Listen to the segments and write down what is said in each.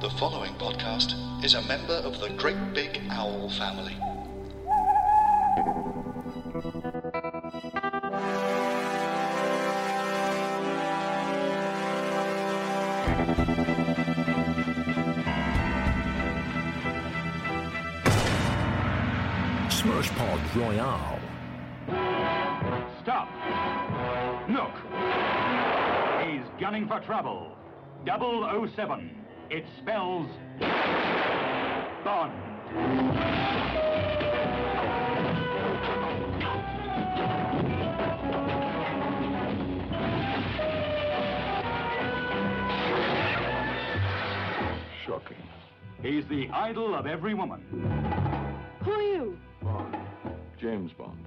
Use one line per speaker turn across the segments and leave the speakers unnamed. The following podcast is a member of the Great Big Owl family.
Smirsh Pod Royale.
Stop! Look! He's gunning for trouble. 007. It spells Bond.
Shocking.
He's the idol of every woman.
Who are you?
Bond. James Bond.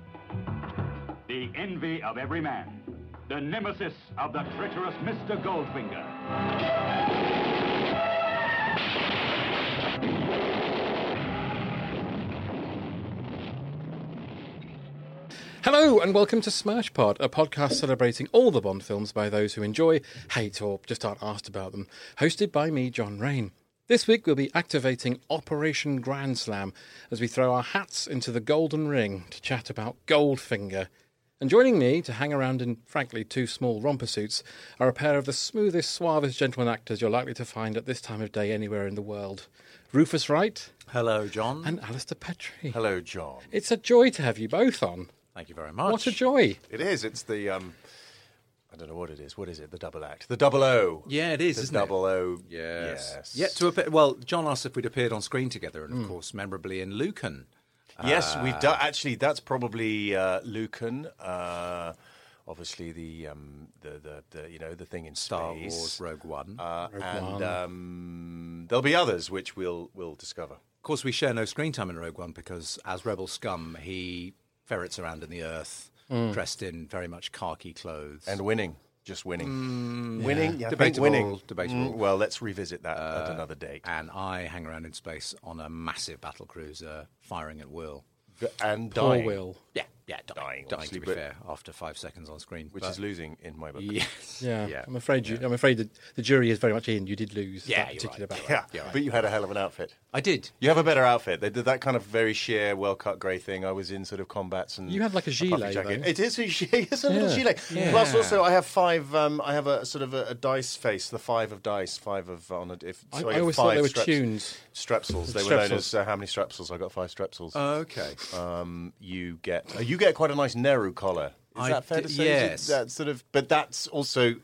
The envy of every man. The nemesis of the treacherous Mr. Goldfinger.
Hello and welcome to Smash Pod, a podcast celebrating all the Bond films by those who enjoy, hate, or just aren't asked about them, hosted by me, John Rain. This week we'll be activating Operation Grand Slam as we throw our hats into the golden ring to chat about Goldfinger. And joining me to hang around in, frankly, two small romper suits are a pair of the smoothest, suavest gentleman actors you're likely to find at this time of day anywhere in the world Rufus Wright
Hello, John.
and Alistair Petrie.
Mm. Hello, John.
It's a joy to have you both on.
Thank you very much.
What a joy!
It is. It's the um, I don't know what it is. What is it? The double act. The double O.
Yeah, it is,
The
isn't it?
double O.
Yes.
Yes. Hmm.
Yet to appear. Well, John asked if we'd appeared on screen together, and of course, memorably in Lucan.
Yes,
Uh,
we've done. Actually, that's probably uh, Lucan. Uh, obviously, the, um, the the the you know the thing in
Star
space.
Wars Rogue One.
Uh, and um, there'll be others which we'll we'll discover.
Of course, we share no screen time in Rogue One because, as Rebel scum, he ferrets around in the earth, dressed in very much khaki clothes.
Mm. And winning, just winning,
Mm,
winning, yeah, I think
Debatable,
winning,
debatable.
well, let's revisit that at another date.
Mm. Uh, and I hang around in space on a massive battle cruiser, firing at will.
And
Poor
dying,
Will.
Yeah, yeah, dying,
Dying,
dying,
obviously,
to be
but-
fair, after five seconds on screen,
which
But-
is losing in my book.
yes,
Yeah,
Yeah.
I'm afraid you, I'm afraid that the jury is very much in. You did lose
Yeah,
that
you're
particular
right.
battle.
Yeah, but you had a hell of an outfit.
I did.
You have a better outfit. They did that kind of very sheer, well cut grey thing. I was in sort of combats and
You had like a
puffy
gilet,
jacket.
though.
It is a gilet. It's a little
Yeah.
gilet. Plus, also, "Oh, I have five. Um, I have a sort of a, a dice face. The five of dice, five of on a. If,
I,
so
I
got
always thought
five
they were
straps-
tunes.
Strepsils. They were known
Strepsils.
as uh, how many strepsils? I got five strepsils.
Okay.
um, you get uh, you get quite a nice Nehru collar. Is
I
that fair
d-
to say?
yes.
Is it that sort of, but that's also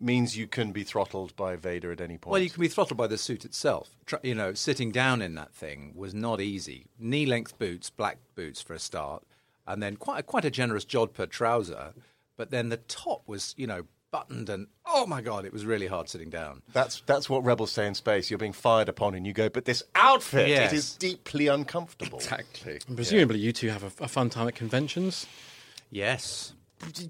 means you can be throttled by Vader at any point.
Well, you can be throttled by the suit itself. Tr- You know, sitting down in that thing was not easy. Knee-length boots, black boots for a start, and then quite a, quite a generous jod per trouser. But then the top was, you know, buttoned, and oh my god, it was really hard sitting down.
That's that's what rebels say in space. You're being fired upon, and you go, but this outfit
Yes.
it is deeply uncomfortable.
Exactly.
And presumably, you two have a, a fun time at conventions.
Yes.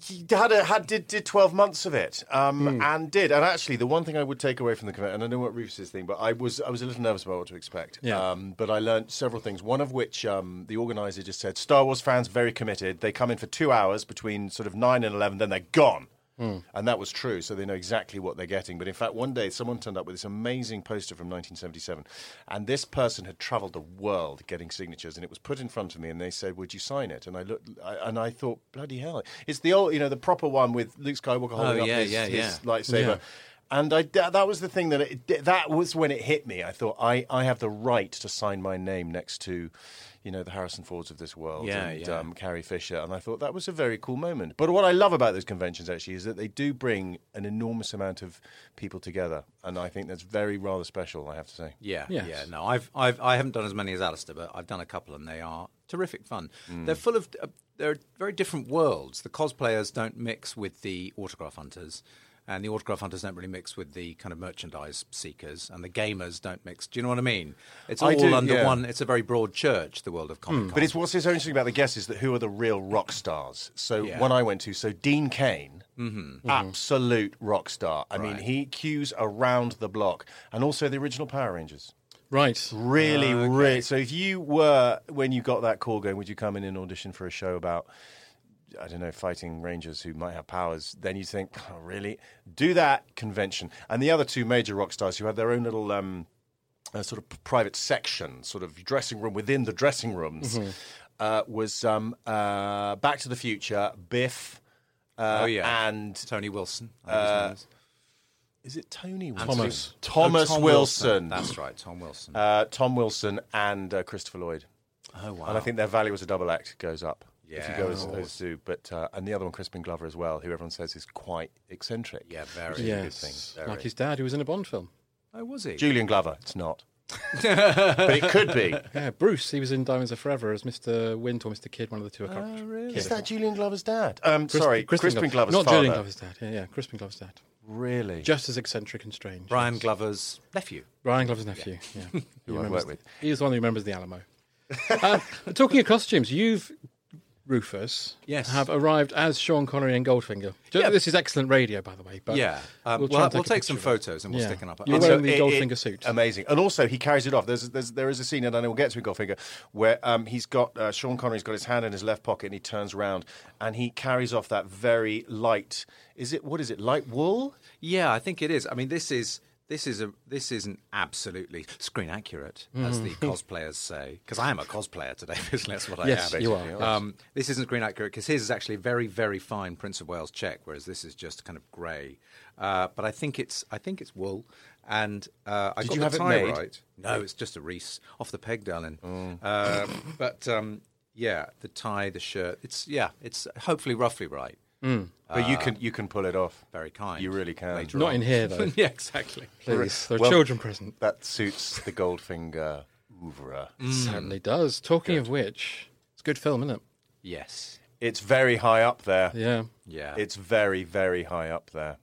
You Had a, had did, did twelve months of it, um, and did. And actually, the one thing I would take away from the convention, and I know what Rufus's thing, but I was I was a little nervous about what to expect.
Yeah.
Um, but I learned several things. One of which um, the organizer just said, Star Wars fans very committed. They come in for two hours between sort of nine and eleven, then they're gone. And that was true, so they know exactly what they're getting. But in fact, one day someone turned up with this amazing poster from 1977, and this person had travelled the world getting signatures, and it was put in front of me, and they said, "Would you sign it?" And I looked, I, and I thought, "Bloody hell!" It's the old, you know, the proper one with Luke Skywalker holding
Oh, yeah,
up his,
yeah,
his
yeah.
lightsaber.
Yeah.
And I, that that was the thing that it, did- that was when it hit me. I thought I, I have the right to sign my name next to, you know, the Harrison Fords of this world
Yeah,
and
yeah.
Um, Carrie Fisher, and I thought that was a very cool moment. But what I love about those conventions actually is that they do bring an enormous amount of people together, and I think that's very rather special. I have to say.
Yeah,
Yes.
yeah. No, I've, I've, I haven't done as many as Alistair, but I've done a couple, and they are terrific fun.
Mm.
They're full of, uh, they're very different worlds. The cosplayers don't mix with the autograph hunters, and the autograph hunters don't really mix with the kind of merchandise seekers, and the gamers don't mix. Do you know what I mean? It's all
I do,
under
yeah. Mm.
one. It's a very broad church, the world of comic. Con.
But it's what's so interesting about the guests is that who are the real rock stars? So
Yeah.
one I went to, so Dean Kane, absolute rock star. I mean, he queues around the block, and also the original Power Rangers.
Right.
Really,
Oh,
really. So if you were when you got that call going, would you come in and audition for a show about? I don't know, fighting rangers who might have powers, then you think, oh, really? Do that convention. And the other two major rock stars who had their own little um, uh, sort of p- private section, sort of dressing room within the dressing rooms,
Mm-hmm.
uh, was um, uh, Back to the Future, Biff, uh,
oh yeah,
and
Tony Wilson. I think his
uh,
name is.
is it Tony Wilson?
Thomas.
Thomas
Oh, Tom
Wilson.
That's right, Tom Wilson.
Uh, Tom Wilson and uh, Christopher Lloyd.
oh wow.
And I think their value as a double act goes up if you
Yeah,
go
of
as those
course.
two. But uh, and the other one, Crispin Glover as well, who everyone says is quite eccentric.
yeah, very good thing.
Yes.
Very.
Like his dad, who was in a Bond film.
oh, was he?
Julian Glover, it's not, but it could be.
Yeah, Bruce. He was in Diamonds Are Forever as Mr. Wint or Mr. Kid, one of the two. I
Oh,
can't. really?
Is that Julian Glover's dad? Um, Ah, sorry, Crispin, Glover's
Not
father.
Julian Glover's dad. Yeah, yeah. Crispin Glover's dad.
Really,
Just as eccentric and strange.
Brian Glover's nephew.
Brian Glover's nephew. Yeah. He
who I
remembers-
work with.
He's the one who remembers the Alamo. uh, talking of costumes, you've Rufus,
Yes.
have arrived as Sean Connery in Goldfinger. Ju-
Yeah.
This is excellent radio, by the way. But
Yeah, um,
we'll
we'll,
try
we'll
and
take,
a
some
picture of it.
photos and
Yeah.
we'll stick it up.
You're
It's
wearing
a-
the Goldfinger suit.
Amazing. And also, he carries it off. There's, there's, there is a scene, and I know we'll get to Goldfinger, where um, he's got uh, Sean Connery's got his hand in his left pocket and he turns round and he carries off that very light. Is it, what is it, light wool?
yeah, I think it is. I mean, this is this is a this isn't absolutely screen accurate as the cosplayers say because I am a cosplayer today. Basically, that's what I
Yes,
am.
you are.
Um, this isn't screen accurate because his is actually very very fine Prince of Wales check, whereas this is just kind of grey. Uh, but I think it's I think it's wool. And uh, I
Did
got
you
the
have it
tie
made?
right. No, it's just a Reese off the peg, darling. Uh, but um, yeah, the tie, the shirt. It's yeah, it's hopefully roughly right.
But you can you can pull it off.
Ah. very kind.
You really can.
Later
Not
on.
in here though.
yeah, exactly.
Please, there are
Well-
children present.
That suits the Goldfinger oeuvre.
Hmm.
Certainly does. Talking of which, it's a good film, isn't it?
Yes.
It's very high up there.
Yeah.
Yeah.
It's very, very high up there.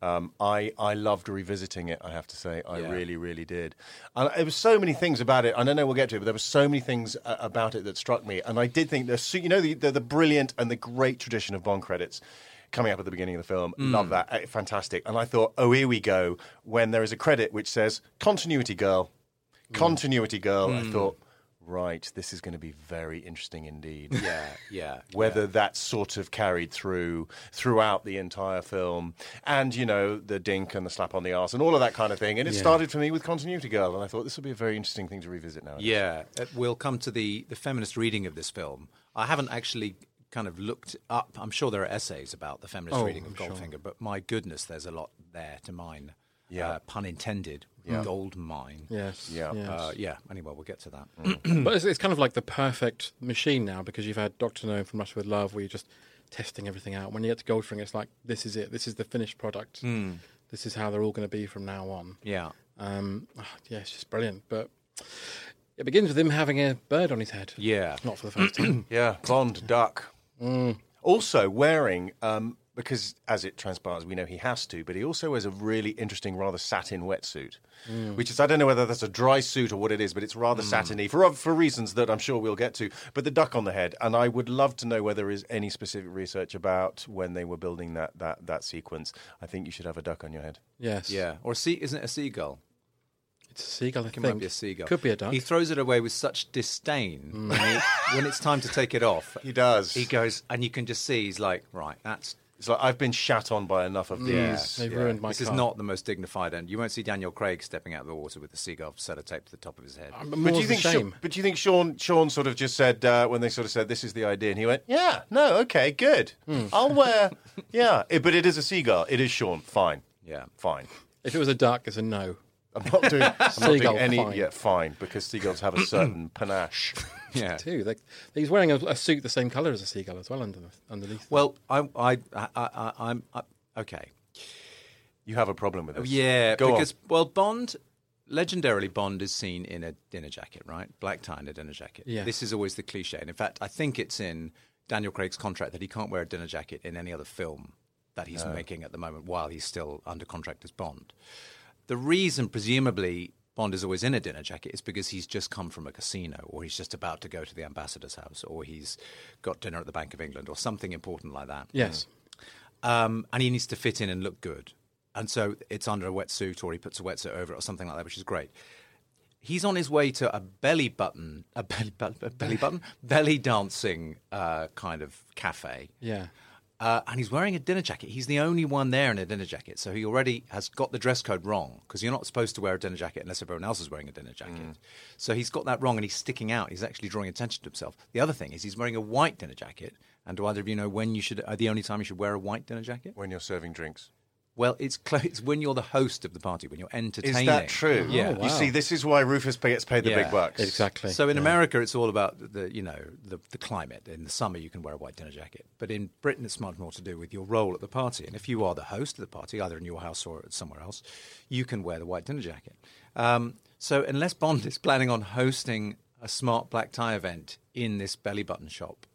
Um, I I loved revisiting it. I have to say, I
Yeah.
really, really did. And there was so many things about it. and I know we'll get to it, but there were so many things uh, about it that struck me. And I did think the su- you know the, the the brilliant and the great tradition of Bond credits coming up at the beginning of the film.
Mm.
Love that, Eh, fantastic. And I thought, oh, here we go. When there is a credit which says continuity girl,
Mm.
continuity girl, I thought, right, this is going to be very interesting indeed.
yeah. Yeah.
whether that's sort of carried through throughout the entire film and you know the dink and the slap on the arse and all of that kind of thing and it started for me with continuity girl and i thought this would be a very interesting thing to revisit now
Yeah. Uh, We'll come to the the feminist reading of this film. I haven't actually kind of looked up. I'm sure there are essays about the feminist
Oh,
reading of
I'm sure.
Goldfinger, but my goodness, there's a lot there to mine. Uh,
Yeah.
pun intended. Gold mine.
Yes.
Yeah.
yes.
Uh, yeah. Anyway, we'll get to that.
Mm.
But it's, it's kind of like the perfect machine now because you've had Doctor No from Russia with Love, where you're just testing everything out. When you get to Goldfinger, it's like this is it. This is the finished product.
Hmm.
This is how they're all going to be from now on.
yeah.
Um, ah, yeah, it's just brilliant. But it begins with him having a bird on his head.
Yeah.
Not for the first time.
yeah bond duck Mm. also wearing um, because as it transpires we know he has to but he also wears a really interesting rather satin wetsuit which is i don't know whether that's a dry suit or what it is but it's rather satiny for, for reasons that i'm sure we'll get to but the duck on the head and i would love to know whether there is any specific research about when they were building that, that, that sequence i think you should have a duck on your head
Yes.
Yeah. Or a sea? Isn't it a seagull?
It's a seagull. I
It
think
might be a seagull.
Could be a duck.
He throws it away with such disdain
Mm.
when, he- when it's time to take it off.
he does
He goes, and you can just see he's like, right, that's
It's like I've been shat on by enough of
Yeah.
these.
They ruined my
this
car.
is not the most dignified end. You won't see Daniel Craig stepping out of the water with a seagull sellotape to the top of his head.
I'm
But
more
do
of
you
the
think?
shame.
Sha- but do you think Sean? Sean sort of just said uh, when they sort of said this is the idea, and he went, "Yeah, no, okay, good. I'll wear." yeah, it, but it is a seagull. It is Sean. Fine.
Yeah.
fine.
If it was a duck, it's a no.
I'm not doing. I'm not
Seagull,
doing any.
fine.
Yeah, fine, because seagulls have a certain panache.
yeah.
Too. They, he's wearing a, a suit the same colour as a seagull as well underneath. underneath.
Well, I, I, I, I, I'm I, okay.
You have a problem with this?
Yeah,
go
because
on.
well, Bond, legendarily Bond is seen in a dinner jacket, right? Black tie and a dinner jacket.
Yeah.
This is always the cliche, and in fact, I think it's in Daniel Craig's contract that he can't wear a dinner jacket in any other film that he's
Oh.
making at the moment while he's still under contract as Bond. The reason, presumably. Bond is always in a dinner jacket is because he's just come from a casino or he's just about to go to the ambassador's house or he's got dinner at the Bank of England or something important like that
yes.
um, and he needs to fit in and look good. And so it's under a wetsuit, or he puts a wetsuit over it, or something like that, which is great. He's on his way to a belly button, a belly, bu- a belly button, belly dancing uh, kind of cafe.
Yeah.
Uh, and he's wearing a dinner jacket. He's the only one there in a dinner jacket. So he already has got the dress code wrong because you're not supposed to wear a dinner jacket unless everyone else is wearing a dinner jacket.
Mm.
So he's got that wrong and he's sticking out. He's actually drawing attention to himself. The other thing is he's wearing a white dinner jacket. And do either of you know when you should, uh, the only time you should wear a white dinner jacket?
When you're serving drinks,
Well, it's, clo it's when you're the host of the party, when you're
is
entertaining.
that true? Oh,
Yeah. Oh,
You see, this is why Rufus gets paid the
Yeah.
big bucks.
Exactly.
So in America, it's all about the- the you know the, the climate. In the summer, you can wear a white dinner jacket, but in Britain, it's much more to do with your role at the party. And if you are the host of the party, either in your house or somewhere else, you can wear the white dinner jacket. Um, so unless Bond is planning on hosting a smart black tie event in this belly button shop,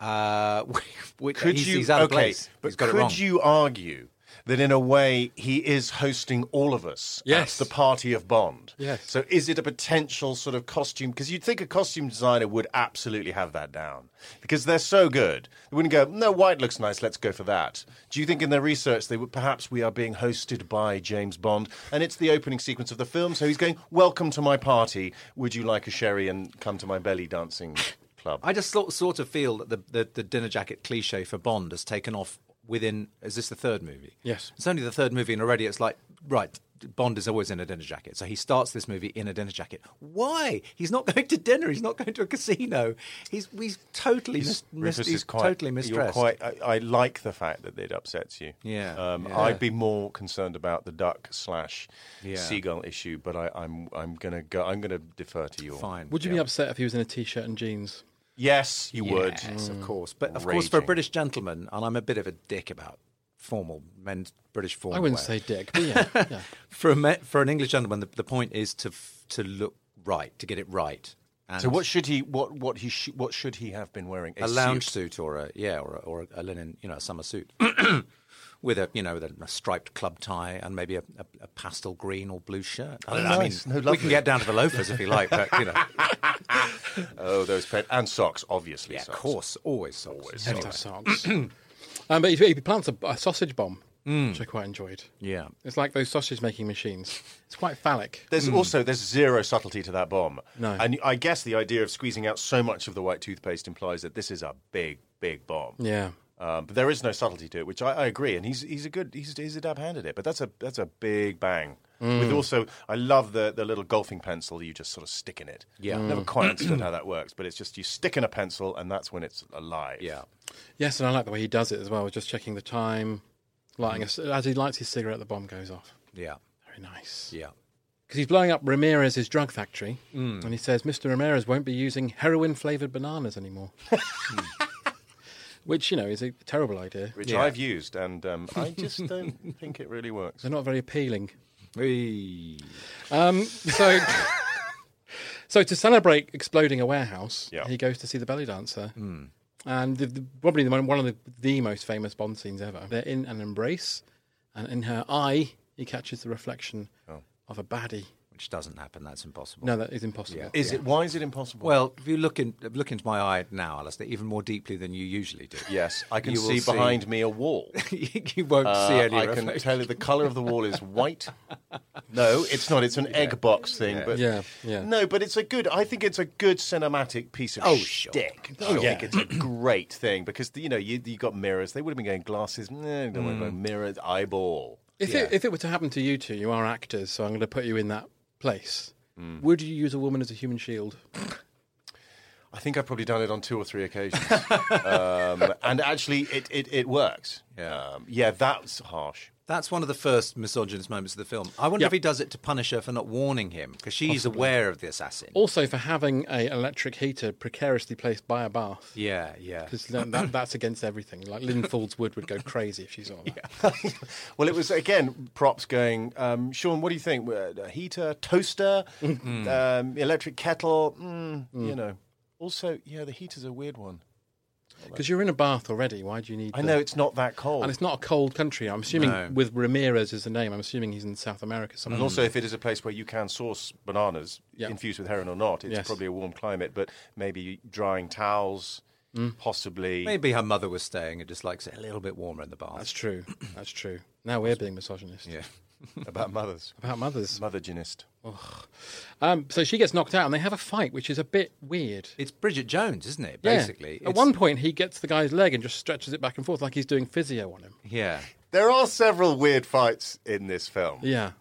uh, which
Could
he's,
you?
he's out of
okay,
place.
but
he's got
could
it wrong.
you argue? That in a way he is hosting all of us
Yes.
at the party of Bond.
Yes.
So is it a potential sort of costume? Because you'd think a costume designer would absolutely have that down because they're so good. They wouldn't go, no, white looks nice. Let's go for that. Do you think in their research they would perhaps we are being hosted by James Bond and it's the opening sequence of the film? So he's going, welcome to my party. Would you like a sherry and come to my belly dancing club?
I just sort, sort of feel that the, the, the dinner jacket cliche for Bond has taken off within. Is this the third movie?
Yes.
It's only the third movie, and already it's like, right, Bond is always in a dinner jacket. So he starts this movie in a dinner jacket. Why? He's not going to dinner. He's not going to a casino. He's, he's totally, mis- mis-
Rufus
he's
is quite,
totally
You're
mistressed.
quite, I, I like the fact that it upsets you.
Yeah.
Um,
Yeah.
I'd be more concerned about the duck slash
Yeah.
seagull issue, but I, I'm I'm gonna go. I'm gonna defer to you.
Fine.
Would you be upset if he was in a t-shirt and jeans?
Yes, you would.
Yes, of course. But of course, for a
Raging.
British gentleman, and I'm a bit of a dick about formal men's British formal.
I wouldn't say
wear.
dick, but yeah. yeah.
for a me- for an English gentleman, the, the point is to f- to look right, to get it right. And
So what should he? What what he? Sh- what should he have been wearing?
a lounge suit or a yeah or a, or a linen you know a summer suit with a you know with a, a striped club tie and maybe a, a, a pastel green or blue shirt. I, don't know,
nice. No,
I mean, we
lovely.
can get down to the loafers if you like, but you know,
Oh, those pet and socks, obviously.
yeah, of
socks.
course, always, always.
Have to have socks. um, but he, he plants a, a sausage bomb, which I quite enjoyed.
Yeah.
It's like those sausage-making machines. It's quite phallic.
There's
Mm.
also there's zero subtlety to that bomb.
No.
And I guess the idea of squeezing out so much of the white toothpaste implies that this is a big big bomb.
Yeah.
Um, but there is no subtlety to it, which I, I agree. And he's he's a good he's he's a dab hand at it. But that's a that's a big bang.
Mm.
With also, I love the the little golfing pencil you just sort of stick in it. Yeah, never quite understood how that works, but it's just you stick in a pencil and that's when it's alive.
Yeah,
Yes, and I like the way he does it as well. Just checking the time, lighting a, c- as he lights his cigarette, the bomb goes off.
yeah,
Very nice.
yeah.
because he's blowing up Ramirez's drug factory, and he says Mr. Ramirez won't be using heroin flavored bananas anymore, Hmm. which you know is a terrible idea.
which
Yeah.
I've used, and um, I just don't think it really works.
They're not very appealing.
Hey.
Um, so, so to celebrate exploding a warehouse,
Yeah.
he goes to see the belly dancer, and the, the, probably the, mo- one of the, the most famous Bond scenes ever. They're in an embrace, and in her eye, he catches the reflection of a baddie.
Which which doesn't happen. That's impossible.
No, that is impossible.
Is it? Why is it impossible?
Well, if you look in look into my eye now, Alistair, even more deeply than you usually do.
yes, I can
you will
see behind me a wall.
you won't
Uh,
see any.
I can
reflection.
tell you the color of the wall is white. no, it's not. It's an egg box thing. But
Yeah, yeah.
no, but it's a good. I think it's a good cinematic piece of
Oh, sure.
shtick. Oh, I
yeah.
think it's a great thing because you know you you got mirrors. They would have been going glasses. No, don't worry about mirrors. Eyeball.
If, it, if it were to happen to you two, you are actors, so I'm going to put you in that place. Would you use a woman as a human shield?
I think I've probably done it on two or three occasions, um, and actually, it it, it works. Yeah, um, yeah, that's harsh.
That's one of the first misogynist moments of the film. I wonder
Yeah.
if he does it to punish her for not warning him because she's aware of the assassin.
Also, for having a electric heater precariously placed by a bath.
Yeah, yeah.
Because that, that's against everything. Like Lynn Fools Wood would go crazy if she saw that.
Well, it was again props going. Um, Sean, what do you think? Uh, A heater, toaster,
Mm.
um, electric kettle. Mm, You know. Also, yeah, the heater's a weird one.
Because you're in a bath already. Why do you need?
I
the-
know it's not that cold.
and it's not a cold country. I'm assuming
No.
with Ramirez is the name. I'm assuming he's in South America somewhere.
And also, if it is a place where you can source bananas,
Yeah.
infused with heroin or not, it's
Yes.
probably a warm climate. But maybe drying towels,
Mm.
possibly.
Maybe her mother was staying and just likes it a little bit warmer in the bath.
That's true. That's true. Now we're being misogynist
yeah.
about mothers.
about mothers.
Mothergenist.
Um, so she gets knocked out, and they have a fight, which is a bit weird.
It's Bridget Jones, isn't it?
Yeah.
Basically.
at
It's-
one point he gets the guy's leg and just stretches it back and forth like he's doing physio on him.
Yeah.
There are several weird fights in this film.
Yeah,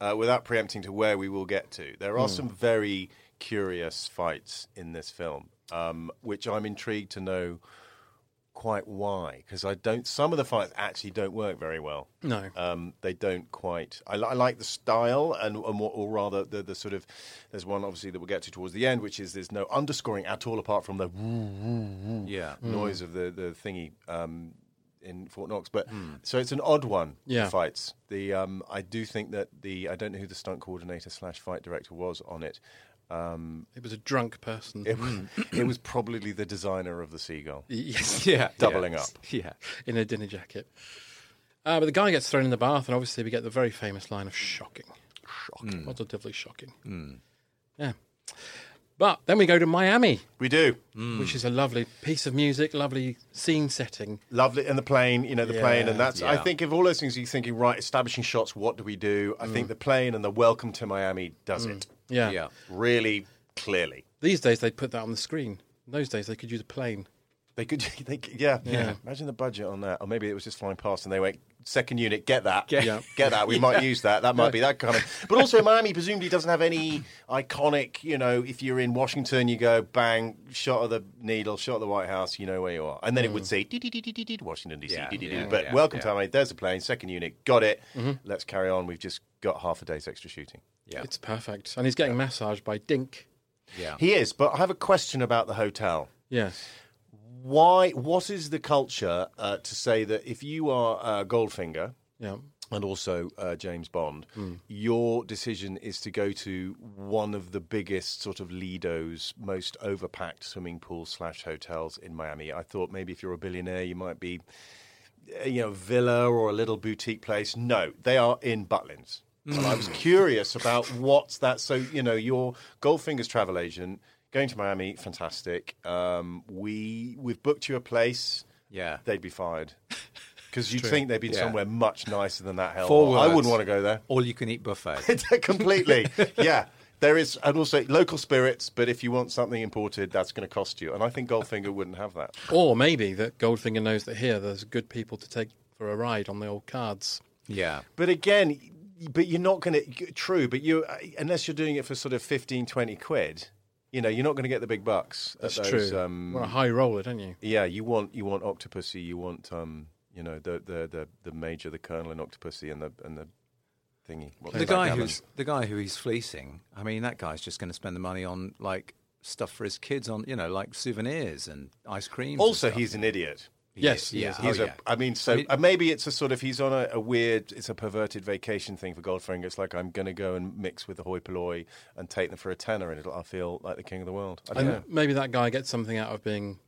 uh, without preempting to where we will get to, there are some very curious fights in this film, um, which I'm intrigued to know quite why, because I don't. Some of the fights actually don't work very well.
no,
Um, they don't quite. I, li- I like the style, and, and what, or rather, the, the sort of. There's one obviously that we'll get to towards the end, which is there's no underscoring at all, apart from the
Yeah.
noise of the the thingy um, in Fort Knox. But
Hmm.
so it's an odd one.
Yeah.
The fights. The um, I do think that the I don't know who the stunt coordinator slash fight director was on it.
it was a drunk person.
It,
Hmm.
was- it was probably the designer of the seagull.
yes,
Yeah.
Doubling
yeah.
up.
Yeah.
in a dinner jacket. Uh, but the guy gets thrown in the bath, and obviously we get the very famous line of "shocking, shocking, positively shocking." Yeah. But then we go to Miami,
We do
Hmm.
which is a lovely piece of music, lovely scene setting.
lovely, and the plane, you know, the plane, and that's. I
Yeah.
think of all those things, you're thinking, right, establishing shots. What do we do? I think the plane and the welcome to Miami does it
Yeah.
Hmm. Yeah.
really clearly.
These days they put that on the screen. In those days they could use a plane.
They could, they, could- yeah, yeah. Imagine the budget on that, or maybe it was just flying past, and they went second unit, get that, get,
Yeah.
that. We might use that. That might be that kind of. But also, Miami presumably doesn't have any iconic. You know, if you're in Washington, you go bang, shot of the needle, shot of the White House. You know where you are, and then it would say dee, dee, dee, dee, dee, dee, Washington D.C.
Mm. Yeah,
dee, dee,
yeah,
dee. But
yeah,
welcome to
yeah. Mm-hmm.
Miami. There's a plane, second unit, got it. Let's carry on. We've just got half a day's extra shooting.
Yeah.
It's perfect, and he's getting massaged by Dink.
Yeah.
He is, but I have a question about the hotel.
Yes.
Why? What is the culture uh, to say that if you are uh, Goldfinger?
Yeah.
and also uh, James Bond, your decision is to go to one of the biggest sort of Lido's most overpacked swimming pool slash hotels in Miami. I thought maybe if you're a billionaire, you might be, uh, you know, villa or a little boutique place. No, they are in Butlins. And I was curious about what's that. So you know, your Goldfinger's travel agent going to Miami, fantastic. Um, we we've booked you a place
Yeah.
they'd be fired. Because you'd think they'd been
Yeah.
somewhere much nicer than that hell.
Four
I
words.
wouldn't want to go there.
All you can eat buffet.
Completely. yeah. There is, and also local spirits, but if you want something imported, that's going to cost you. And I think Goldfinger wouldn't have that.
Or maybe that Goldfinger knows that here there's good people to take for a ride on the old cards.
yeah.
But again, but you're not going to, true, but you, uh, unless you're doing it for sort of 15, 20 quid, you know, you're not going to get the big bucks. at
That's
those,
true.
Um,
We're a high roller, don't you?
yeah, you want, you want Octopussy, you want, um, you know, the, the, the, the major, the colonel in Octopussy and the, and the thingy. What's
The
that
guy
gallon?
who's the guy who he's fleecing. I mean, that guy's just going to spend the money on like stuff for his kids on, you know, like souvenirs and ice cream.
Also, he's an idiot.
Yes, he is.
yeah.
He's
oh,
a,
yeah.
I mean, so
I mean-
uh, maybe it's a sort of he's on a, a weird, it's a perverted vacation thing for Goldfinger. It's like I'm going to go and mix with the hoi polloi and take them for a tenner, and it'll, I'll feel like the king of the world. I don't
And
know,
maybe that guy gets something out of being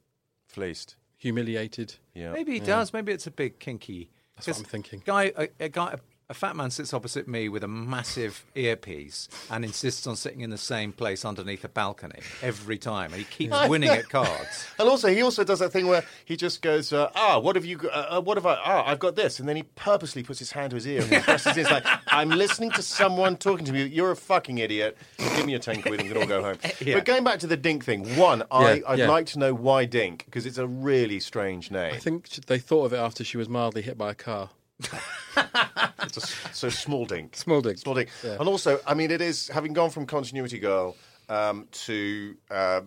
fleeced.
humiliated.
Yeah,
Maybe he does. Maybe it's a big kinky.
That's what I'm thinking.
Guy, a, a guy, a fat man sits opposite me with a massive earpiece and insists on sitting in the same place underneath a balcony every time. And he keeps winning at cards.
And also, he also does that thing where he just goes, uh, "Ah, what have you? g- Uh, uh, what have I? Ah, I've got this." And then he purposely puts his hand to his ear and presses his like, "I'm listening to someone talking to me. You're a fucking idiot. Give me your ten quid and we can all go home." But going back to the Dink thing, one, I,
Yeah,
I'd
yeah.
like to know why Dink because it's a really strange name.
I think sh- they thought of it after she was mildly hit by a car.
It's a s- so small Dink.
Small dick.
Small dick. And also, I mean, it is having gone from continuity girl um, to uh,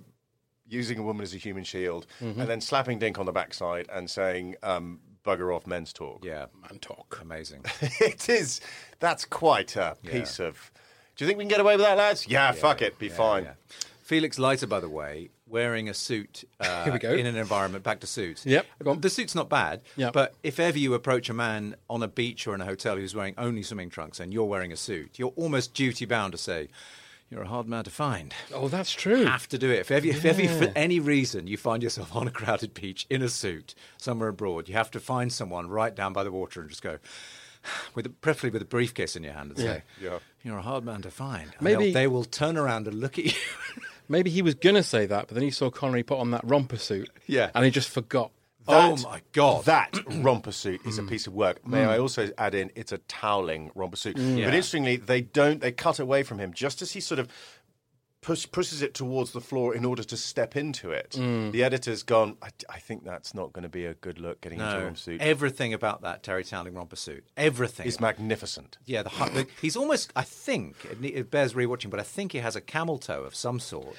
using a woman as a human shield,
Mm-hmm.
and then slapping Dink on the backside and saying, um, "Bugger off, men's talk."
Yeah. Man talk. Amazing.
it is. That's quite a piece of. Do you think we can get away with that, lads? Yeah, fuck it, be fine.
Yeah. Felix Leiter, by the way, wearing a suit uh,
Here we go.
in an environment, back to suits.
Yep, go on.
The suit's not bad,
Yep.
but if ever you approach a man on a beach or in a hotel who's wearing only swimming trunks and you're wearing a suit, you're almost duty bound to say, You're a hard man to find.
Oh, that's true.
Have to do it. If ever, if ever for any reason you find yourself on a crowded beach in a suit somewhere abroad, you have to find someone right down by the water and just go, with a, preferably with a briefcase in your hand, and say,
Yeah.
You're a hard man to find. And
Maybe-
they'll- they will turn around and look at you.
Maybe he was gonna say that, but then he saw Connery put on that romper suit.
Yeah.
and he just forgot.
oh Mm.
That-
my God.
That romper suit is a piece of work. May I also add in, it's a toweling romper suit.
Mm.
But interestingly, they don't. They cut away from him just as he sort of push, pushes it towards the floor in order to step into it.
Mm.
The editor's gone. I, I think that's not going to be a good look getting into a
No,
romper suit.
everything about that Terry Townley romper suit. Everything.
It's magnificent.
yeah, the, hu- the he's almost. I think it, ne- it bears rewatching, but I think he has a camel toe of some sort.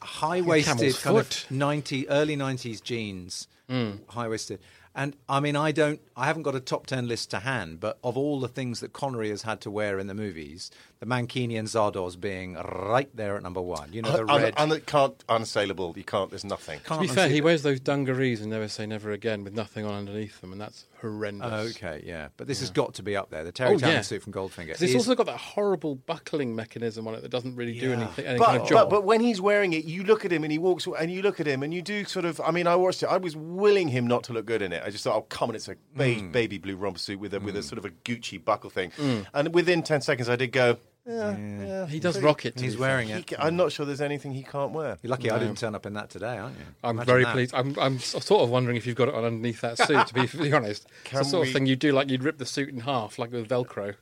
High waisted,
camel's
kind
foot. Mm.
of ninety early nineties jeans, high waisted. And I mean, I don't. I haven't got a top ten list to hand, but of all the things that Connery has had to wear in the movies, the Mankinian Zardoz being right there at number one. You know,
Uh,
the
Un-
red.
un- it can't unsaleable. You can't. There's nothing.
To
Can't
be fair,
unsee
he
that.
wears those dungarees and never say never again with nothing on underneath them, and that's horrendous.
Okay, yeah, but this has got to be up there. The Terry
Oh,
Townley
yeah.
suit from Goldfinger.
'Cause It's
is-
also got that horrible buckling mechanism on it that doesn't really do anything, any
but,
kind of
but
job.
but when he's wearing it, you look at him and he walks, and you look at him and you do sort of. I mean, I watched it. I was willing him not to look good in it. I just thought, oh come on, it's a ba-
Hmm.
baby blue romper suit with a with a sort of a Gucci buckle thing. And within ten seconds, I did go. Yeah, yeah.
he does rock it. to
He's
be fair.
wearing
He
it.
ca- I'm not sure there's anything he can't wear.
You're lucky I didn't turn up in that today, aren't you?
I'm
Imagine
very
that.
pleased. I'm, I'm s- sort of wondering if you've got it on underneath that suit. To be fully honest, it's the
Can
sort
we-
of thing you do, like you'd rip the suit in half, like with Velcro.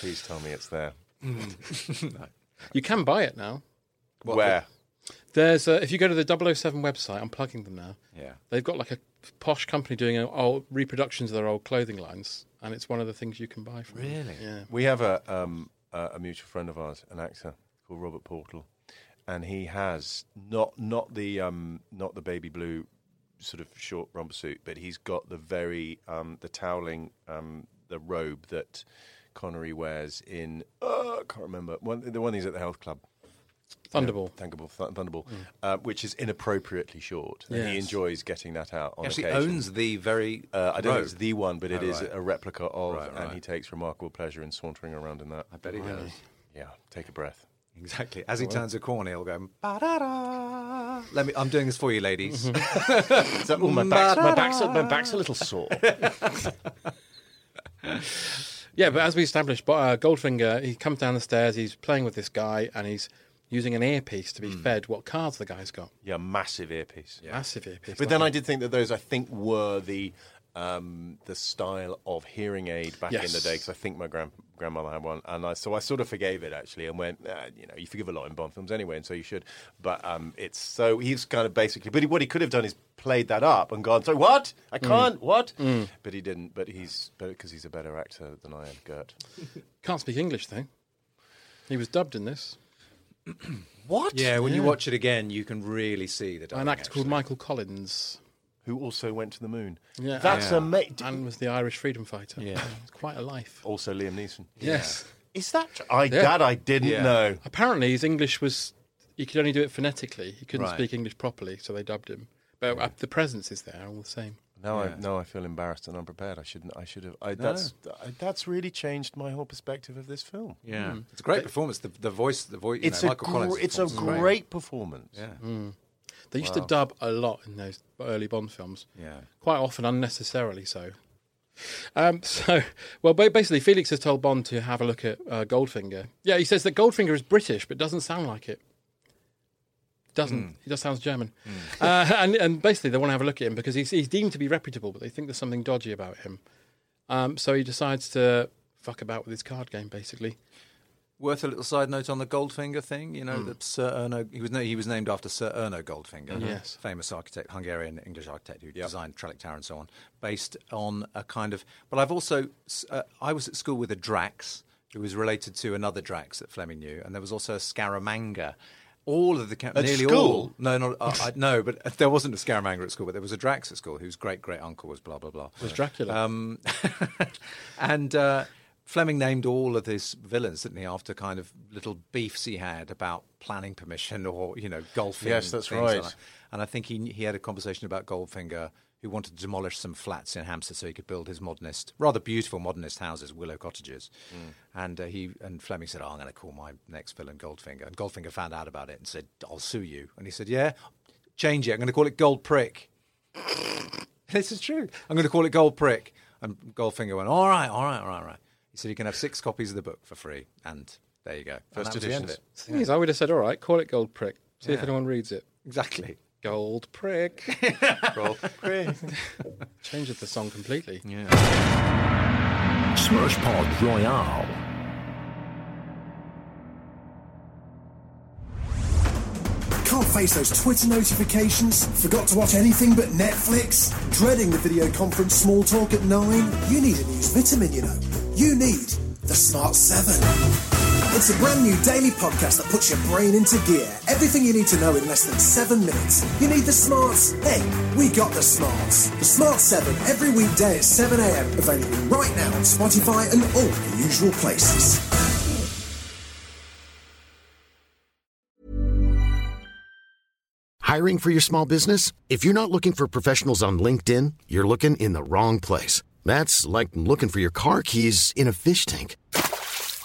Please tell me it's there.
You can buy it now.
Where?
There's a, if you go to the 007 website, I'm plugging them now.
Yeah.
They've got like a posh company doing uh, old reproductions of their old clothing lines, and it's one of the things you can buy from. them.
Really?
Yeah.
We have a um, a a mutual friend of ours, an actor called Robert Portal, and he has not not the um, not the baby blue sort of short romper suit, but he's got the very um, the toweling um, the robe that Connery wears in uh, I can't remember one, the one he's at the health club.
Thunderball.
Thunderball, Th-
Mm.
Thunderball, uh, which is inappropriately short, and he
Yes.
enjoys getting that out on
He actually
occasion.
owns the very.
Uh, I don't know
robe.
if it's the one, but it
Oh,
is
right.
a replica of,
Right,
and
right.
he takes remarkable pleasure in sauntering around in that.
I bet he does.
Yeah, take a breath.
Exactly. As he turns a corner, he'll go. "Ba-da-da." Let me. I'm doing this for you, ladies.
So, oh, my, back's, my, back's, my back's a little sore.
Yeah, but as we established, but, uh, Goldfinger, he comes down the stairs, he's playing with this guy, and he's using an earpiece to be fed what cards the guy's got.
yeah, massive earpiece.
Massive earpiece.
But then I did think that those, I think, were the um, the style of hearing aid back in the
Yes.
day, because I think my grand, grandmother had one, and I, so I sort of forgave it actually, and went, "Ah, you know, you forgive a lot in Bond films anyway, and so you should. But um, it's so he's kind of basically, but he, what he could have done is played that up and gone, so what? I
Mm.
can't, what? But he didn't. But he's because he's a better actor than I am, Gert.
Can't speak English, though. He was dubbed in this.
what? Yeah. When you watch it again, you can really see the.
An actor called Michael Collins
Who also went to the moon.
Yeah.
that's
Yeah.
amazing.
and was the Irish freedom fighter. Yeah. Oh, It's quite a life.
Also, Liam Neeson.
Yes.
Is that tr- I? That I didn't
Yeah.
know.
Apparently, his English was. He could only do it phonetically. He couldn't
Right.
speak English properly, so they dubbed him. But uh, the presence is there all the same.
Now I now I feel embarrassed and unprepared. I shouldn't. I should have. I, That's I, that's really changed my whole perspective of this film.
Yeah. It's a great performance. The, the voice, the voice. You
It's
know,
a
Michael Collins.
gr- it's a Mm.
performance is
great performance.
Yeah.
They used to dub a lot in those early Bond films.
Yeah.
Quite often unnecessarily so. Um, so, well, ba- basically, Felix has told Bond to have a look at uh, Goldfinger. Yeah, he says that Goldfinger is British, but doesn't sound like it. Doesn't. He just sounds German. Uh, and, and basically, they want to have a look at him because he's, he's deemed to be reputable, but they think there's something dodgy about him. Um, so he decides to fuck about with his card game, basically.
Worth a little side note on the Goldfinger thing. You know
Hmm.
that Sir Erno he was no, he was named after Sir Erno Goldfinger,
Mm-hmm.
Yes.
famous architect, Hungarian English architect who designed Trellick Tower and so on, based on a kind of. But I've also s- uh, I was at school with a Drax who was related to another Drax that Fleming knew, and there was also a Scaramanga. All of the ca-
At
nearly
school?
all no no I, I, no but there wasn't a Scaramanga at school but there was a Drax at school whose great great uncle was blah blah blah
Was Dracula.
um, and uh, Fleming named all of his villains, didn't he, after kind of little beefs he had about planning permission or, you know, golfing.
Yes, that's
things like
right.
that. And I think he, he had a conversation about Goldfinger, who wanted to demolish some flats in Hampstead so he could build his modernist, rather beautiful modernist houses, willow cottages.
Hmm.
And uh, he and Fleming said, oh, I'm going to call my next villain Goldfinger. And Goldfinger found out about it and said, I'll sue you. And he said, yeah, change it. I'm going to call it Gold Prick. This is true. I'm going to call it Gold Prick. And Goldfinger went, all right, all right, all right, all right. He said, you can have six copies of the book for free. And there you go. And
First
that was the end of
editions.
it.
The thing is, I would have said, all right, call it Gold Prick. See if anyone reads it.
Exactly.
Gold Prick. Changes the song completely.
Smash Pod Royale.
Can't face those Twitter notifications? Forgot to watch anything but Netflix? Dreading the video conference small talk at 9? You need a news vitamin, you know. You need the Smart 7. It's a brand new daily podcast that puts your brain into gear. Everything you need to know in less than seven minutes. You need the smarts. Hey, we got the smarts. The Smart 7 every weekday at 7 a.m. Available right now on Spotify and all the usual places.
Hiring for your small business? If you're not looking for professionals on LinkedIn, you're looking in the wrong place. That's like looking for your car keys in a fish tank.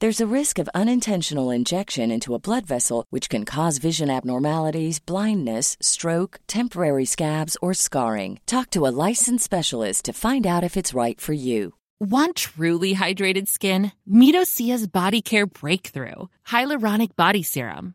There's a risk of unintentional injection into a blood vessel, which can cause vision abnormalities, blindness, stroke, temporary scabs, or scarring. Talk to a licensed specialist to find out if it's right for you.
Want truly hydrated skin? Meet Osea's Body Care Breakthrough Hyaluronic Body Serum.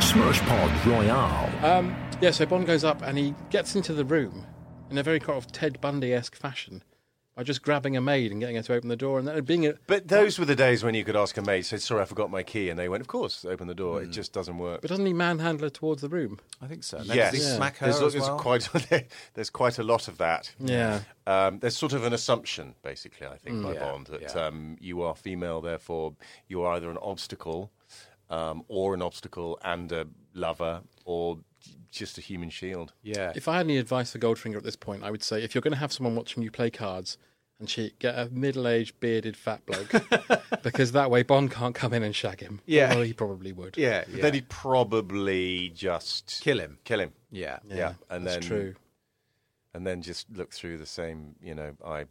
Smash Pod Royale.
Um, yeah, so Bond goes up and he gets into the room in a very kind of Ted Bundy esque fashion by just grabbing a maid and getting her to open the door and then being a.
But those were the days when you could ask a maid, say, sorry, I forgot my key. And they went, of course, open the
Mm.
door. It just doesn't work.
But doesn't he manhandle her towards the room?
I think so.
yes.
Yes. uh, Smack her
there's,
as
there's
well?
quite, there's quite a lot of that.
Yeah.
Um, there's sort of an assumption, basically, I think, by
Mm. Yeah,
Bond, that
yeah.
um, you are female, therefore you are either an obstacle um, or an obstacle and a lover or j- just a human shield.
Yeah.
If I had any advice for Goldfinger at this point, I would say if you're going to have someone watching you play cards, and cheat, get a middle aged, bearded, fat bloke. because that way Bond can't come in and shag him.
Yeah.
Although he probably would.
Yeah,
But then he'd probably just
Kill him.
Kill him.
Yeah.
yeah.
Yeah,
And
that's
then
true.
And then just look through the same, you know, eye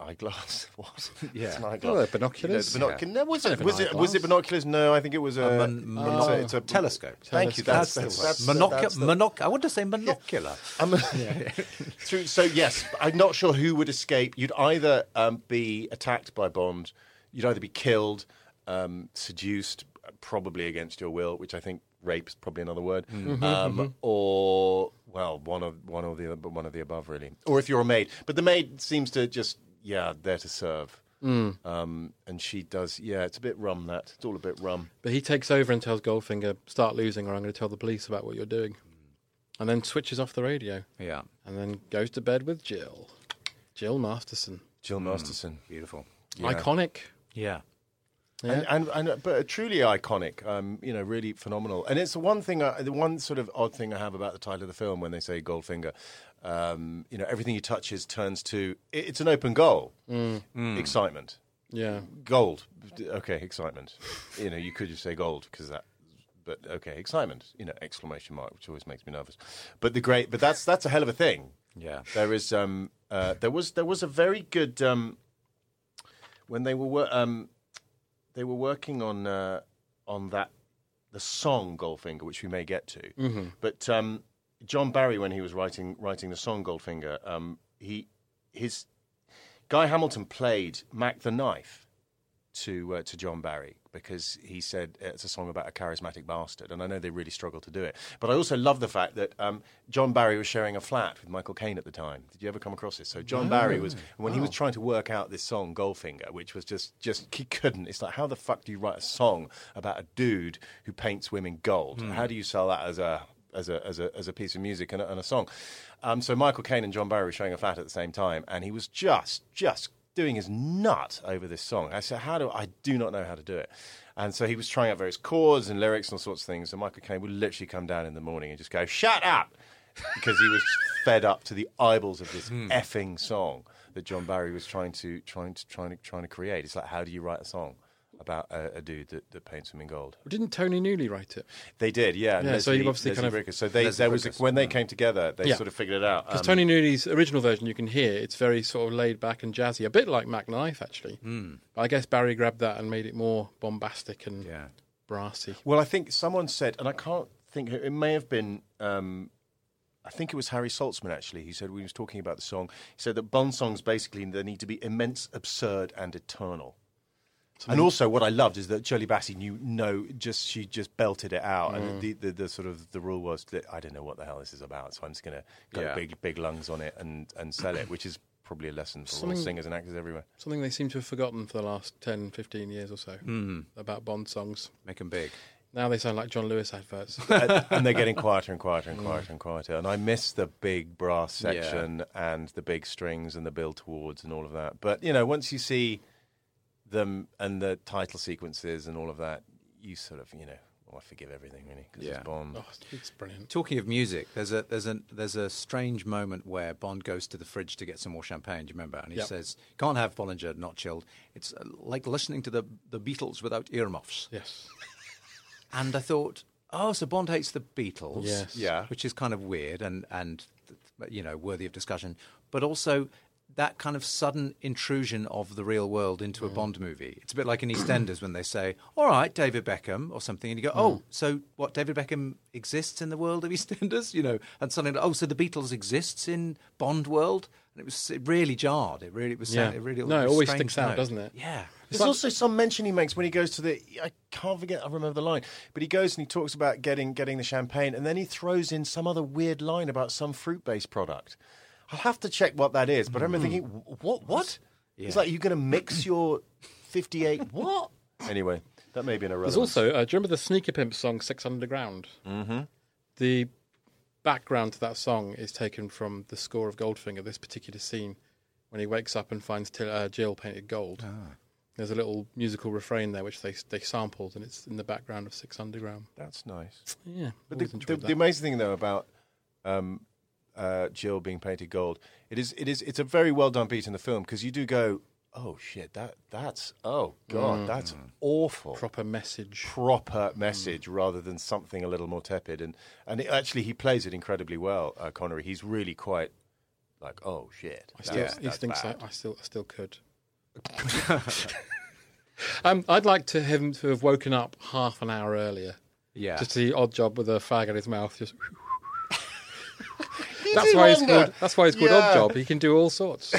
eyeglass. what?
Yeah.
It's an
Oh,
eyeglass.
they're
You know, the
binoculars.
binoc-
Yeah.
No, was
Kind
it?
of an
Was it? Was it
eyeglass.
binoculars? No, I think it was a,
A mon-
it's a-
monoc-
it's a
telescope.
Thank you. That's, that's, that's,
Monocu-
that's the-
monoc- I want to say monocular.
I'm a- Through- so yes, I'm not sure who would escape. You'd either um, be attacked by Bond, you'd either be killed, um, seduced, probably against your will, which I think rape is probably another word,
Mhm,
um,
mhm.
or well, one of one of the one of the above really, or if you're a maid. But the maid seems to just yeah, there to serve.
Mm.
Um, and she does, yeah. It's a bit rum. That it's all a bit rum.
But he takes over and tells Goldfinger, start losing, or I'm going to tell the police about what you're doing. And then switches off the radio.
Yeah.
And then goes to bed with Jill. Jill Masterson.
Jill Masterson,
beautiful,
Iconic.
Yeah.
Yeah.
And, and, and but truly iconic, um, you know, really phenomenal. And it's the one thing, I, the one sort of odd thing I have about the title of the film when they say Goldfinger, um, you know, everything he touches turns to it- it's an open goal,
Mm. Mm.
excitement,
Yeah.
gold, okay, excitement. you know, you could just say gold because that, but okay, excitement, you know, exclamation mark, which always makes me nervous. But the great, but that's that's a hell of a thing.
Yeah.
There is um uh, there was there was a very good um when they were wor- um they were working on uh, on that the song Goldfinger, which we may get to.
Mhm.
But um, John Barry, when he was writing writing the song Goldfinger, um, he his Guy Hamilton played Mac the Knife to uh, to John Barry because he said it's a song about a charismatic bastard, and I know they really struggled to do it. But I also love the fact that um, John Barry was sharing a flat with Michael Caine at the time. Did you ever come across this? So John
No.
Barry was when he was
Wow.
trying to work out this song Goldfinger, which was just just he couldn't. It's like how the fuck do you write a song about a dude who paints women gold?
Hmm.
How do you sell that as a as a, as a, as a piece of music and a, and a song. Um, so Michael Caine and John Barry were showing a flat at the same time, and he was just just doing his nut over this song. I said, "How do I do not know how to do it?" And so he was trying out various chords and lyrics and all sorts of things. And Michael Caine would literally come down in the morning and just go, "Shut up," because he was fed up to the eyeballs of this
Hmm.
effing song that John Barry was trying to trying to trying to trying to create. It's like, how do you write a song about a, a dude that, that paints them in gold?
Didn't Tony Newley write it?
They did, yeah. and
Yeah, so
Leslie-
you've obviously
Leslie
kind of-
Bricker. so they
Leslie
there was a,
Bricker's,
when they came together, they
Yeah.
sort of figured it out.
Because
Um,
Tony Newley's original version, you can hear it's very sort of laid back and jazzy, a bit like Mac Knife actually.
Mm.
But I guess Barry grabbed that and made it more bombastic
Mm.
and brassy.
Well, I think someone said, and I can't think. who- It may have been. Um, I think it was Harry Saltzman actually. He said when he was talking about the song, he said that Bond songs basically they need to be immense, absurd, and eternal.
So
And
they-
also, what I loved is that Shirley Bassey knew no, just she just belted it out,
Mm.
and the, the, the sort of the rule was that I don't know what the hell this is about, so I'm just gonna go
Yeah.
big big lungs on it and and sell it, which is probably a lesson for all
Something-
singers and actors everywhere.
Something they seem to have forgotten for the last 10, 15 years or so
Mm.
about Bond songs.
Make them big.
Now they sound like John Lewis
and,
adverts.
and they're getting quieter and quieter and quieter and quieter. And I miss the big brass
Yeah.
section and the big strings and the build towards and all of that. But you know, once you see them and the title sequences and all of that, you sort of you know, well, I forgive everything really because
Yeah.
it's Bond.
Oh, it's brilliant.
Talking of music, there's a there's a there's a strange moment where Bond goes to the fridge to get some more champagne. Do you remember? And he
Yep.
says, "Can't have Bollinger not chilled." It's uh, like listening to the the Beatles without earmuffs.
Yes.
and I thought, oh, so Bond hates the Beatles.
Yes.
Yeah.
Which is kind of weird and and you know worthy of discussion, but also. That kind of sudden intrusion of the real world into a Bond movie. It's a bit like in EastEnders when they say, All right, David Beckham or something. And you go, Oh, so what? David Beckham exists in the world of EastEnders? You know, and suddenly, Oh, so the Beatles exists in Bond world? And it was, it really jarred. It really, it was,
Yeah.
it really,
No, it
was a
always
strange
sticks out,
note.
doesn't it?
Yeah.
There's also some mention he makes when he goes to the. I can't forget. I remember the line, but he goes and he talks about getting getting the champagne, and then he throws in some other weird line about some fruit based product. I'll have to check what that is, but I remember thinking, "Wh- what? What? It's
Hmm. Yeah.
like you're going to mix your 58. what? Anyway, that may be an
There's
irrelevant.
also, uh, do you remember the Sneaker Pimp song Six Underground?
Mm-hmm.
The background to that song is taken from the score of Goldfinger, this particular scene when he wakes up and finds Till, uh, Jill painted gold.
Ah.
There's a little musical refrain there which they they sampled, and it's in the background of Six Underground.
That's nice.
Yeah,
But the,
always
the,
enjoyed
the
that.
amazing thing though about um, uh, Jill being painted gold. It is, it is, it's a very well done beat in the film because you do go, oh shit, that that's oh god,
Mm.
that's awful.
Proper message.
Proper
Hmm.
message rather than something a little more tepid. And and it, actually, he plays it incredibly well, uh, Connery. He's really quite like, oh shit.
I still,
that's-
he
that's
thinks
bad.
I, I still, I still could. um, I'd like to him to have woken up half an hour earlier.
Yeah.
just the odd job with a fag in his mouth. Just
You
that's
do
why he's
wonder.
called. That's why he's called odd
Yeah.
job. He can do all sorts.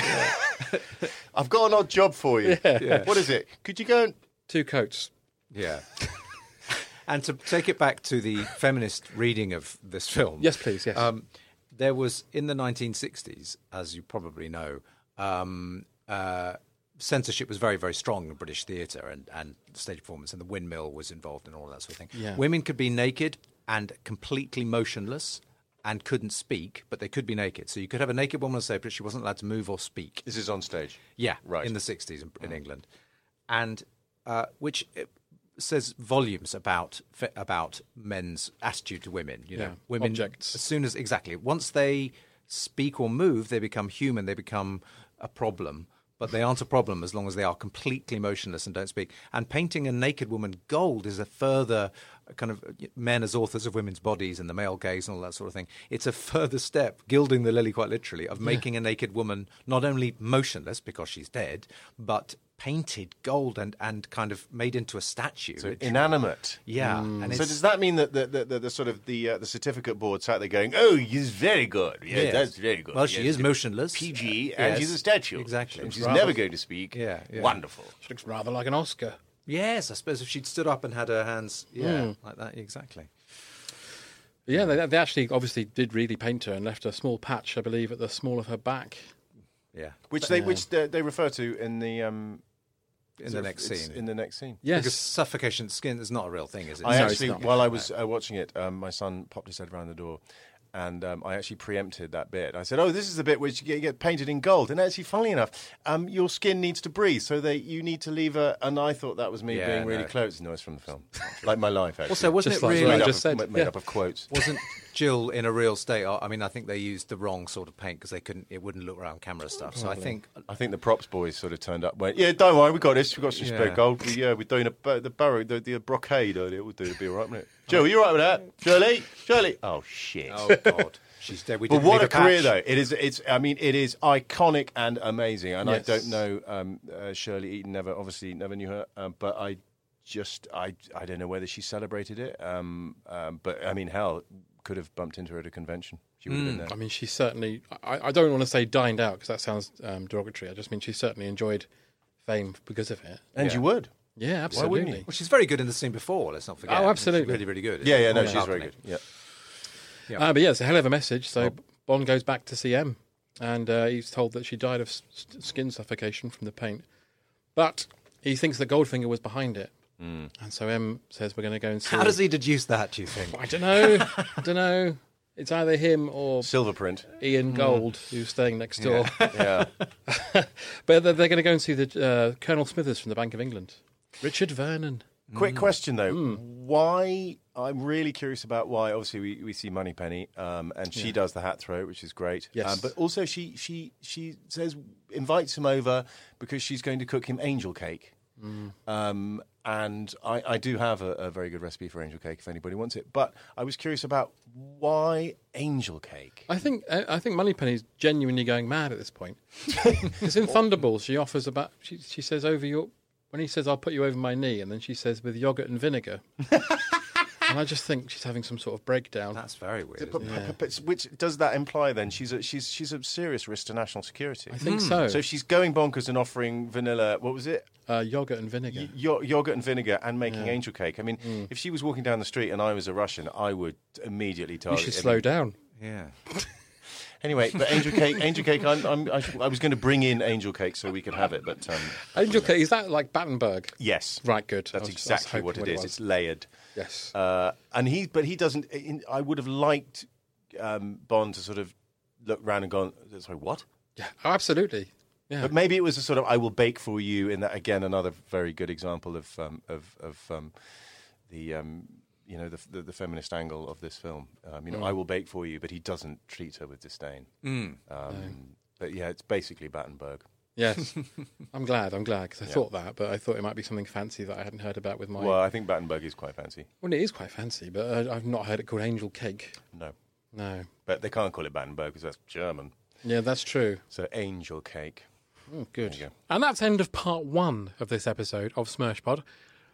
I've got an odd job for you.
Yeah.
Yeah.
What is it? Could you go and
Two coats.
Yeah. and to take it back to the feminist reading of this film.
Yes, please, yes.
Um, there was, in the 1960s, as you probably know, um, uh, censorship was very, very strong in British theatre and, and stage performance, and the windmill was involved and all that sort of thing.
Yeah.
Women could be naked and completely motionless. And couldn't speak, but they could be naked. So you could have a naked woman on stage, but she wasn't allowed to move or speak.
This is on stage.
Yeah,
Right.
In the sixties in,
Mm.
in England, and uh, which uh, says volumes about fe- about men's attitude to women. You know,
Yeah,
women
objects.
as soon as exactly once they speak or move, they become human. They become a problem. But they aren't a problem as long as they are completely motionless and don't speak. And painting a naked woman gold is a further uh, kind of men as authors of women's bodies and the male gaze and all that sort of thing. It's a further step, gilding the lily quite literally, of
Yeah.
making a naked woman not only motionless because she's dead, but painted gold and, and kind of made into a statue.
So
literally.
inanimate. Mm.
Yeah. And
so
it's-
does that mean that the, the, the, the sort of the uh, the certificate board sat there going, "Oh, he's very good. Yeah,
Yes.
that's very good."
Well, she
Yes,
is motionless.
PG,
Uh,
and
yes.
she's a statue.
Exactly.
And she's
Rather-
never going to speak.
Yeah, yeah.
Wonderful.
She looks rather like an Oscar.
Yes, I suppose if she'd stood up and had her hands, yeah,
Hmm.
Mm.
like that, exactly.
Yeah, they, they actually obviously did really paint her and left a small patch, I believe, at the small of her back.
Yeah,
Which they
Yeah.
which they, they refer to in the um sort
in the
of-
next
it's
scene.
In the next scene.
Yes.
because suffocation of skin is not a real thing, is it?
I actually, while I was uh, watching it, um, my son popped his head around the door, and um, I actually preempted that bit. I said, "Oh, this is the bit which you get, get painted in gold." And actually, funnily enough, um, your skin needs to breathe, so they you need to leave a. And I thought that was me
Yeah,
being really
no.
close. No, it's from the film, like my life. Actually,
Also, wasn't
Just
it
like what
really
made
I
up
just
of,
said.
made
yeah.
up of quotes.
wasn't Jill in a real state? I mean, I think they used the wrong sort of paint because they couldn't. It wouldn't look around camera stuff. So I
Probably.
think oh,
I think the props boys sort of turned up. Went, yeah, don't worry, we got this. We got some spare
Yeah.
gold. We, yeah, we're doing a, bu- the burrow, the, the brocade earlier. We'll do. It'll be all right, won't it? Jill, you all right with that? Shirley, Shirley. Oh shit.
Oh God, she's dead. We
but
didn't
what
leave
a career,
patch.
though! It is. It's. I mean, it is iconic and amazing. And
Yes.
I don't know um, uh, Shirley Eaton. Never, obviously, never knew her. Um, but I just, I, I don't know whether she celebrated it. Um, um, but I mean, hell, could have bumped into her at a convention. She would have
Hmm.
been
I
there.
mean, she certainly. I, I don't want to say dined out because that sounds um, derogatory. I just mean she certainly enjoyed fame because of it.
And
yeah.
you would.
Yeah,
Why
absolutely.
wouldn't
Well, she's very good in the scene before. Let's not forget.
Oh,
I mean,
absolutely.
She's really, really good.
Yeah, yeah. No,
It's
she's very
heartening.
good. Yeah.
Yeah.
Ah, but yeah, it's a hell of a message. So Bond goes back to CM, and uh, he's told that she died of s- s- skin suffocation from the paint. But he thinks that Goldfinger was behind it, and so M says we're going to go and see.
How does he deduce that? Do you think?
I don't know. I don't know. It's either him or
Silver print.
Ian Gold, who's staying next door.
Yeah.
but they're, they're going to go and see the uh, Colonel Smithers from the Bank of England, Richard Vernon.
Quick
Mm.
question though, why? I'm really curious about why. Obviously, we, we see Moneypenny, um, and she
Yeah.
does the hat throw, which is great.
Yes.
Um, but also, she she she says invites him over because she's going to cook him angel cake.
Mm.
Um, and I, I do have a, a very good recipe for angel cake if anybody wants it. But I was curious about why angel cake.
I think I, I think Moneypenny's genuinely going mad at this point. Because in Thunderball, she offers about she she says over your when he says I'll put you over my knee, and then she says with yogurt and vinegar. and I just think she's having some sort of breakdown.
That's very weird.
But-
isn't it?
but- but which does that imply then? She's a, she's she's a serious risk to national security.
I think so.
So if she's going bonkers and offering vanilla, what was it?
uh, yogurt and vinegar.
Y- yo- yogurt and vinegar and making
Yeah. Mm.
angel cake. I mean, if she was walking down the street and I was a Russian, I would immediately
you
target.
should
him.
slow down.
Yeah.
Anyway, but angel cake, angel cake. I'm, I'm, I, sh- I was going to bring in angel cake so we could have it, but um,
Angel Cake, is that like Battenberg?
yes,
Right, good. I
That's
was- I was
exactly
hoping
what it
what it
is.
was.
it's layered.
Yes.
Uh, and he, but he doesn't. In, I would have liked um, Bond to sort of look round and gone, sorry, what?
Yeah. Oh, absolutely. Yeah.
But maybe it was a sort of "I will bake for you" in that again another very good example of um, of of um, the um, you know the, the the feminist angle of this film. Um, you know,
Mm.
I will bake for you, but he doesn't treat her with disdain.
Mm.
Um, But yeah, it's basically Battenberg.
Yes, I'm glad. I'm glad because I
Yeah.
thought that, but I thought it might be something fancy that I hadn't heard about with my.
Well, I think Battenberg is quite fancy.
Well, it is quite fancy, but uh, I've not heard it called angel cake.
No,
No.
but they can't call it Battenberg because that's German.
Yeah, that's true.
So angel cake.
Oh, good.
There you go.
And that's end of part one of this episode of Smirsh Pod.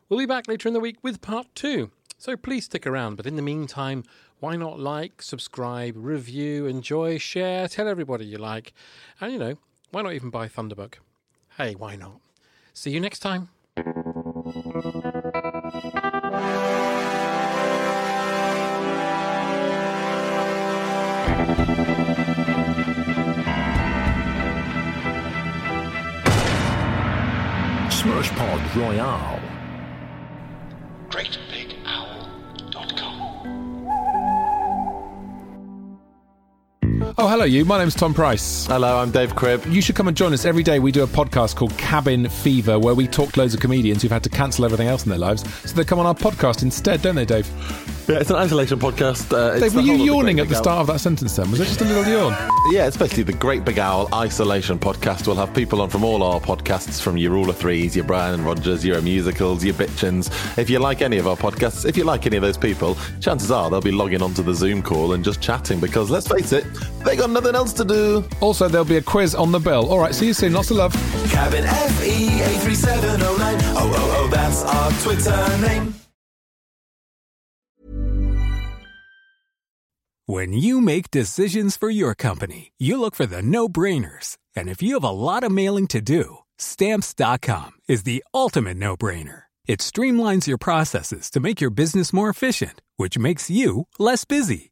We'll be back later in the week with part two. So please stick around. But in the meantime, why not like, subscribe, review, enjoy, share, tell everybody you like. And you know, why not even buy Thunderbug? Hey, why not? See you next time.
Smash Pod Royale.
Oh, hello, you. My name's Tom Price. Hello, I'm Dave Cribb. You should come and join us every day. We do a podcast called Cabin Fever, where we talk to loads of comedians who've had to cancel everything else in their lives, so they come on our podcast instead, don't they, Dave?
Yeah, it's an isolation podcast. Uh, it's
Dave,
the
were you
whole of the
yawning
Great
at the
Big
start of that sentence? Then was it just a little yawn?
Owl. Yeah, it's basically the Great Big Owl Isolation podcast. We'll have people on from all our podcasts, from your Rule of Threes, your Brian and Rogers, your Musicals, your Bitchins. If you like any of our podcasts, if you like any of those people, chances are they'll be logging onto the Zoom call and just chatting because, let's face it, they got nothing else to do.
Also, there'll be a quiz on the bill. All right, see you soon. Lots of love.
Cabin E FE83709. Oh, oh, oh, that's our Twitter name.
When you make decisions for your company, you look for the no brainers. And if you have a lot of mailing to do, stamps.com is the ultimate no brainer. It streamlines your processes to make your business more efficient, which makes you less busy.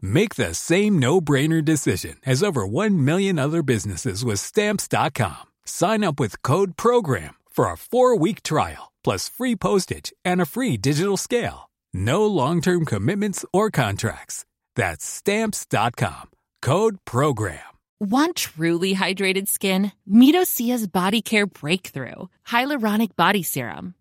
Make the same no brainer decision as over 1 million other businesses with Stamps.com. Sign up with Code Program for a four week trial, plus free postage and a free digital scale. No long term commitments or contracts. That's stamps.com. Code program.
Want truly hydrated skin? Medocia's Body Care Breakthrough Hyaluronic Body Serum.